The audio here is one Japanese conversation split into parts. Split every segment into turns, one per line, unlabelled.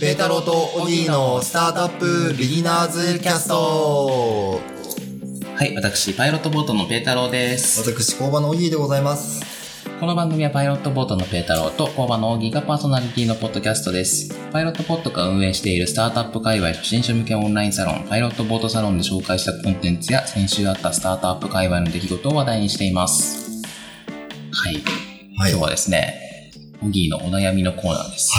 ペータローとオギーのスタートアップビギナーズキャスト
はい、私、パイロットボートのペータローです。
私、工場のオギーでございます。
この番組はパイロットボートのペータローと工場のオーギーがパーソナリティのポッドキャストです。パイロットボートが運営しているスタートアップ界隈初心者向けオンラインサロン、パイロットボートサロンで紹介したコンテンツや先週あったスタートアップ界隈の出来事を話題にしています。はい。
はい。
今日
は。
はいですね、オーギーのお悩みのコーナーです。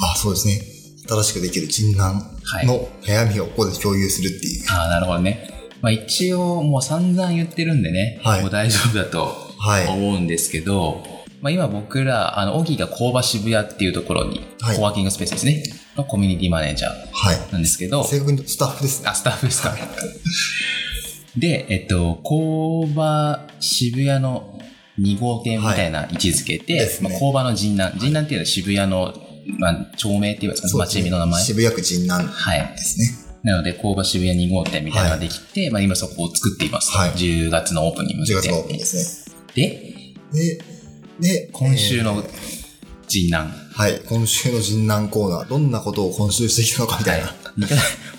あ、そうですね。新しくできる人難
はい
の悩みをここで共有するっていう。
ああ、なるほどね。まあ一応もう散々言ってるんでね、
はい
もう大丈夫だと
はい。
思うんですけど、まあ、今僕ら、あの、オギーが工場渋谷っていうところに、
はい
コワーキングスペースですね、のコミュニティマネージャー
はい。
なんですけど、
正確にスタッフですね。
あ、スタッフですか。で、えっと、工場渋谷の2号店みたいな位置づけて、
ですね
まあ、工場の人南、人南っていうのは渋谷の、まあ、町名っていうんですかね、
そうです
町
ね
名の名前。
渋谷区人難で
はい。
すね。
なので、工場渋谷2号店みたいなのができて、まあ今そこを作っています。
はい
10月のオープンに向け
10
て。
月のオープンです
で、
ね。で、で、
今週
え
の
ー
人南。
はい。今週の人難コーナー、どんなことを今週してきたのかみたいな
二ヶ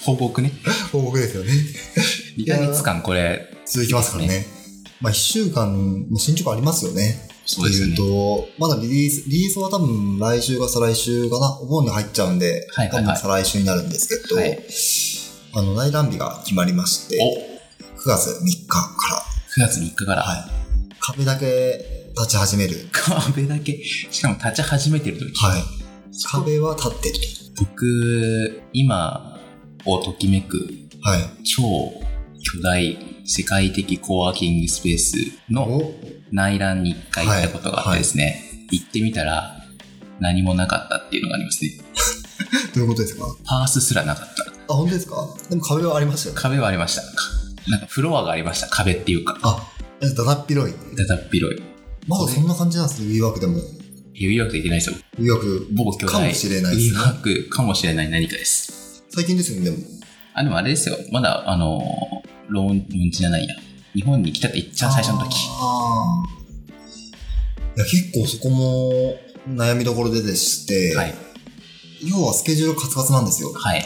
報告ね。
報告ですよね。
2ヶ月間これ、
続きますからね。まあ、1週間の進捗ありますよね。
そうですね
と。いうと、まだリリース、リリースは多分来週が再来週かな、お盆に入っちゃうんで、
はいはいはい
多分再来週になるんですけど、
はい
あの、内覧日が決まりまして、
お
9月3日か、
!9 月3日からら、
はい。壁だけ立ち始める。
壁だけ、しかも立ち始めてる時。
はい。
そう
壁は立ってる。
僕、今をときめく
はい。
超巨大世界的コワーキングスペースの
お
内覧に一回行ったことがあってですね、行ってみたら何もなかったっていうのがありますね。
どういうことですか
パースすらなかった。
あ、本当ですかでも壁はありましたよね。
壁はありました。なんかフロアがありました。壁っていうか。
あ、えだだっ広い。
だだっ広い。
まだそんな感じなんですね、WeWork でも。
指輪くできないですよ。
WeWork
某巨大
かもしれないです
リ
ね
ワークかもしれない何かです。
最近ですよね、でも。
あ、でもあれですよ。まだ、あのー、ローン、ローンチじゃないや。日本に来たって一番最初の時。
あーいや結構そこも悩みどころででして、
はい。
要はスケジュールカツカツなんですよ。
はい。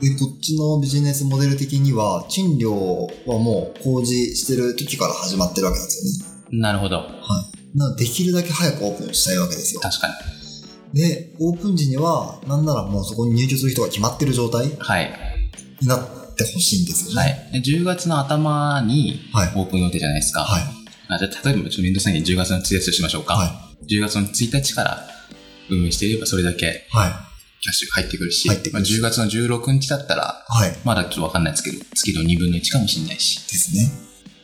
で、こっちのビジネスモデル的には、賃料はもう工事してる時から始まってるわけなんですよね。
なるほど。
なので、できるだけ早くオープンしたいわけですよ。
確かに。
で、オープン時には、なんならもうそこに入居する人が決まってる状態に
はい。
なってほしいんですよ
は
ね。
い。で10月の頭に
はい
オープン予定じゃないですか。
はい。
あじゃあ、例えばちょっと面倒くさいんで10月の1日としましょうか。
は
10月の1日から運営していればそれだけ
はい。
キャッシュ入ってくるし、
入ってくるし
まあ、10月の16日だったら、
はい。
まだちょっとわかんないですけど、月の2分の1かもしれないし。
ですね。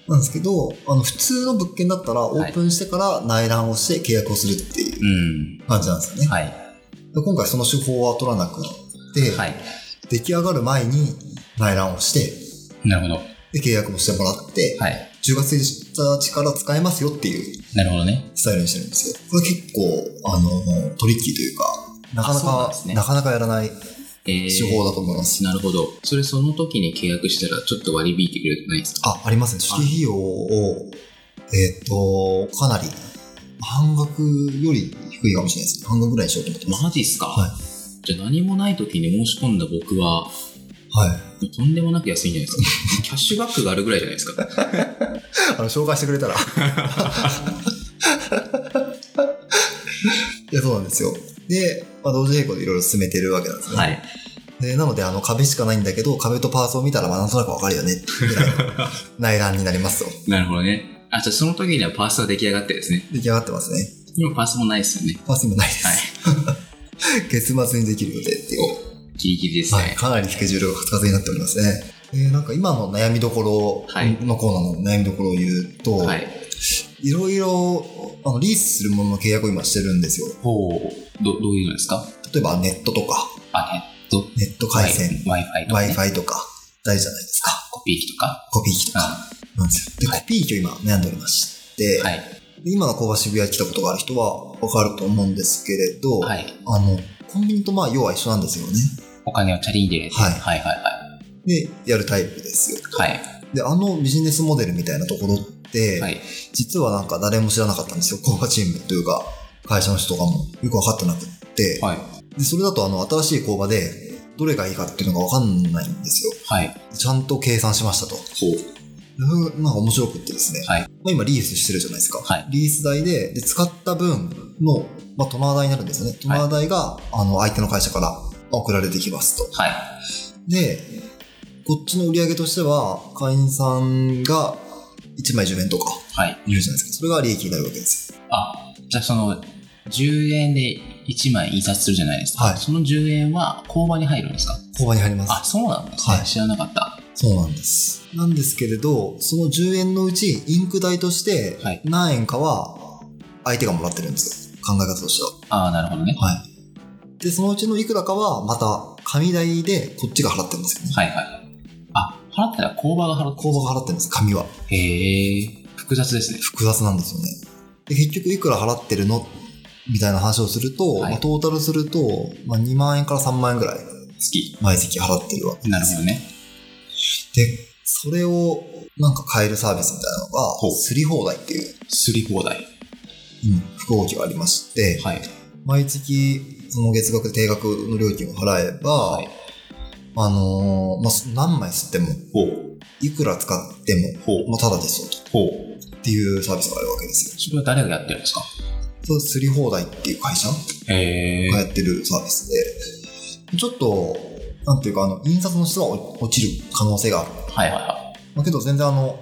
なんですけど、あの、普通の物件だったら、オ
はい
ープンしてから内覧をして契約をするっていう
うん。
感じなんですよね。
はい。
で今回その手法は取らなくなって、
はい。
出来上がる前に内覧をして、
なるほど。
で、契約もしてもらって、
はい。
10月1日から使えますよっていう
なるほどね。
スタイルにしてるんですよ。これ結構、あの、トリッキーというか、なかな
そうなん
か
で、す
な
ね
かなかやらない
えー
手法だと思います。
なるほど。それその時に契約したらちょっと割り引いてくれるじゃないですか。
あ、ありますね。初期費用を、えっ、と、かなり、半額より低いかもしれないです。半額ぐらいにしようと思ってます。
マジっすか。
はい
じゃあ何もない時に申し込んだ僕は、
はい。
とんでもなく安いんじゃないです か。キャッシュバックがあるぐらいじゃないですか。
あの、紹介してくれた ら。いや、そうなんですよ。で、まあ、同時並行でいろいろ進めてるわけなんですね。
い。
でなので、あの、壁しかないんだけど、壁とパーツを見たら、まあ、なんとなくわかるよ ね、ぐらいの内覧になりますと。
なるほどね。あ、じゃあその時にはパースは出来上がってですね。
出来上がってますね。
今パースもないですよね。
パーツ今ないです。
はい
月末にできる予定っていう。
ギリギリです
はい、
ね。
かなりスケジュールがカツカツになっておりますね。えーなんか今の悩みどころ
はい
のコーナーの悩みどころを言うと、、
はいい。
ろいろあのリースするものの契約を今してるんですよ。
ほう。ど、どういうのですか
例えばネットとか、
あ、ネット。
ネット回線、
Wi- Wi-Fi とか、ね。
Wi-Fi とか、大事じゃないですか。
コピー機とか。
コピー機とかなんですよ。で、
はい
コピー機を今悩んでおりまして、
うん。はい。
で今の工場渋谷に来たことがある人はわかると思うんですけれど、
はい。
あの、コンビニとまあ要は一緒なんですよね。
お金をチャリに入れて。
はい
はいはい
で、やるタイプですよ。
はい。は
で、あのビジネスモデルみたいなところって、
い。はい。実
実はなんか誰も知らなかったんですよ工場チームというか会社の人とかもよく分かってなくって、
はい。
で、それだとあの新しい工場でどれがいいかっていうのがわかんないんですよ。
はい。
ちゃんと計算しましたと。
ほう。
うんまあ面白くってですね。
はい
まあ、今リースしてるじゃないですか。
はい
リース代でで使った分の、まあ、トナー代になるんですよね。トナー代が、あの相手の会社から送られてきますと。
はい。
で、こっちの売り上げとしては、会員さんが1枚10円とか
はい。
いるじゃないですか。それが利益になるわけですよ。
あ、じゃあその、10円で1枚印刷するじゃないですか。
はい
その10円は工場に入るんですか
購買に入ります。
あ、そうなんですね。
はい
知らなかった。
そうなんです。なんですけれど、その10円のうちインク代として
はい
何円かは相手がもらってるんですよ。考え方としては。
ああ、なるほどね。
はい。で、そのうちのいくらかは、また、紙代でこっちが払ってるんですよね。
はいはい。あ、払ったら工場が払って
工場が払ってるんです、紙は。
へえ、複雑ですね。
複雑なんですよね。で、結局いくら払ってるのみたいな話をすると、
はい
まあ、トータルすると、まあ、2万円から3万円ぐらい、
月。
毎月払ってるわけ
な
で
る
す
ほ
よ。
どね。
で、それを、なんか買えるサービスみたいなの
ほう
が、すり放題っていう、
すり放題。
うん、複合機がありまして、
はい。
毎月、その月額定額の料金を払えば、
はい。
あのーまあ、す何枚吸っても、
ほう。
いくら使っても、
ほう。
まあ、ただですよと。
ほう。
っていうサービスがあるわけですよ。
それは誰がやってるんですか
そう、すり放題っていう会社が
へえ。
やってるサービスで、ちょっと、なんていうか、あの、印刷の質が落落ちる可能性がある。
はいはいはい。
まあ、けど全然あの、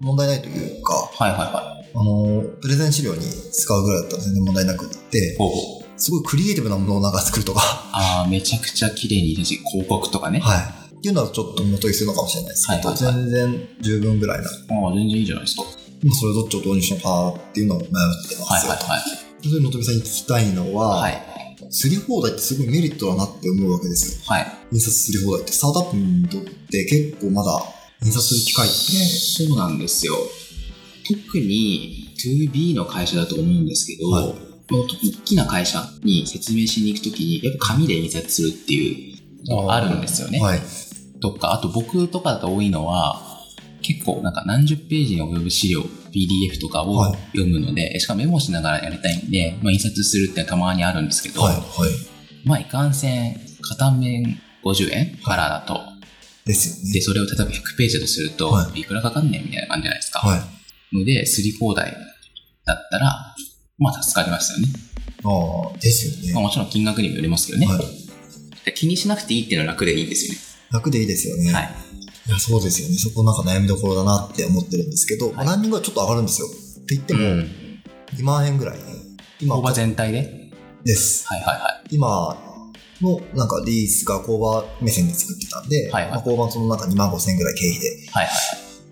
問題ないというか、
はいはいはい。
あの、プレゼン資料に使うぐらいだったら全然問題なくって、
ほうほう。
すごいクリエイティブなものをなんか作るとか、
ああ、めちゃくちゃ綺麗に入れて、広告とかね。
はい。っていうのはちょっと元にするのかもしれないですけど、
はいはいはい
全然十分ぐらいな。
ああ、全然いいじゃないですか。
まあそれどっちを導入しようかなっていうのを迷ってま
はい
すよ。
はいはい。
それで、のとみさんに聞きたいのは、
はい。
すり放題ってすごいメリットだなって思うわけですよ。
はい。
印刷すり放題って、スタートアップにとって結構まだ印刷する機会って、
そうなんですよ。特に 2B の会社だと思うんですけど、
はい
もっと大きな会社に説明しに行くときに、やっぱ紙で印刷するっていうのがあるんですよね。
はい。
とか、あと僕とかだと多いのは、結構なんか何十ページに及ぶ資料、PDF とかを
はい
読むので、しかもメモしながらやりたいんで、まあ、印刷するってたまにあるんですけど、
はい。はい。
まあいかんせん、片面50円からだと。
ですよね。
で、それを例えば100ページだとすると、
はい
くらかかんねんみたいな感じじゃないですか。
はい。あ
ので、すり放題だったら、まあ助かりますよね。
あ、ですよ
まあ、
ね。
もちろん金額にもよりますけどね。
はい。
気にしなくていいっていうのは楽でいいんですよね。
楽でいいですよね。
はい。
いや、そうですよね。そこなんか悩みどころだなって思ってるんですけど、
い
まあランニングはちょっと上がるんですよ。って言っても、
うん、
2万円ぐらい。今
工、場全体で
です。
はいはいは
今の、なんかリースが工場目線で作ってたんで、
はいはい
まあ、工場のそのなんか2万5千円ぐらい経費で
い。はいは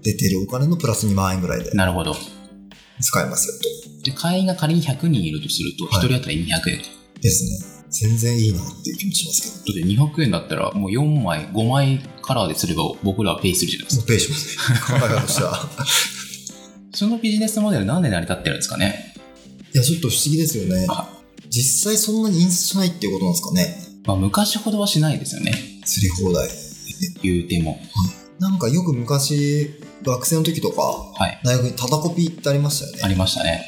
出てるお金のプラス2万円ぐらいで
い。なるほど。
使えますよと。
で、会員が仮に100人いるとすると、
はい
1人当たり200円と。
ですね。全然いいなっていう気もしますけ
だって200円だったら、もう4枚、5枚カラーですれば僕らはペイするじゃないです
ど。も
か。
うペイしますね。考え方としては。
そのビジネスモデルなんで成り立ってるんですかね。
いや、ちょっと不思議ですよね
は。
実際そんなに印刷しないっていうことなんですかね。
まあ昔ほどはしないですよね。
釣り放題。
言うても。
なんかよく昔、学生の時とか、
はい。
大学にタダコピーってありましたよ
あ
ね。
りましたね。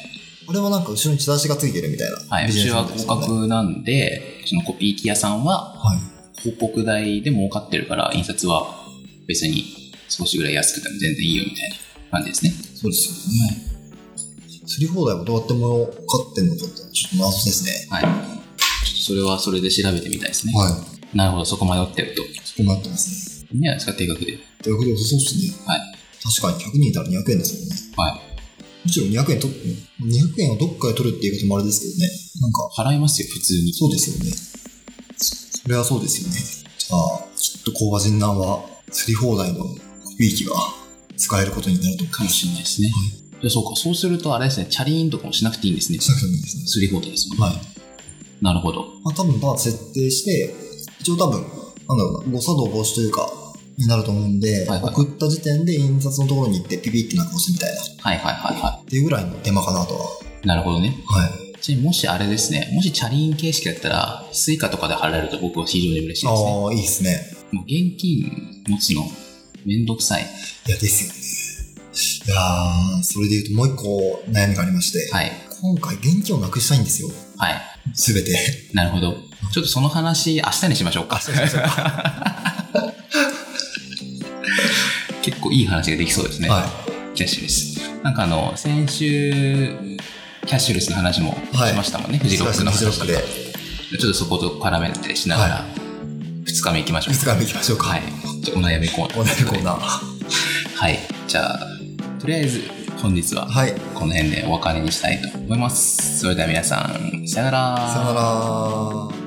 あれはなんか後ろにチラシがついてるみたいな。
はい。う
ビジ
ち
ネスモ
は
デルです
広
よね。
角なんで、そのコピー機屋さんは
はい。
広告代で儲かってるから、印刷は別に少しぐらい安くても全然いいよみたいな感じですね。
そうですよね。釣り放題はどうやっても勝ってんのかって、ちょっと謎ですね。
はい。ちょっとそれはそれで調べてみたいですね。
はい。
なるほど、そこ迷ってると。い
困ってますね。
いんじゃないですか、定額で。
ということで、そうっすね。
はい。
確かに100人いたら200円ですよね。
はい。
むしろ200円取って、200円をどっかで取るっていうこともあれですけどね。なんか、
払いますよ、普通に。
そうですよね。そそれはそうですよね。じゃあ、きっと工場人南は、釣り放題のコピー機が使えることになると思い
か
ま
も
す。
しれないですね。でそうか、そうするとあれですね、チャリーンとかもしなくていいんですね。
しなくてもいいですね。
すり放題ですもんね。
はい。
なるほど。
まあ、多分、まあ、設定して、一応多分、なんだろうな、誤作動防止というか、になると思うんで、
はいはい
送った時点で印刷のところに行って、ピピってなんか押すみたいな、っ
はいはいはいは
ていうぐらいの手間かなとは。
い。なるほどね。
はい。
ちなみにもしあれですね、もしチャリーン形式だったら、スイカとかで払えると僕は非常に嬉しいですね。
ああ、いいですね。
もう現金持つのめんどくさい。
いや、ですよね。いやーそれで言うともう一個悩みがありまして、
はい。
今回現金をなくしたいんですよ。
はい。
すべて。
なるほど。ちょっとその話、明日にしましょうか。
あ、そうそうそう。は
結構いい話ができそうですね。キャッシュレス。なんかあの、先週、キャッシュレスの話も
はい
しましたもんね、フジロックの
フジ
話
ロ
と
ッ
か。
ク
ち
で
ょっとそこと絡めてしながら、
は
2日目行きましょ
い。
う。
いつから行きましょうか。
はい。じゃあお悩みコーナー。
お悩みコーナー。
はい。じゃあ、とりあえず本日は
はい。
この辺でお別れにしたいと思います。それでは皆さん、さよなら。
さよなら。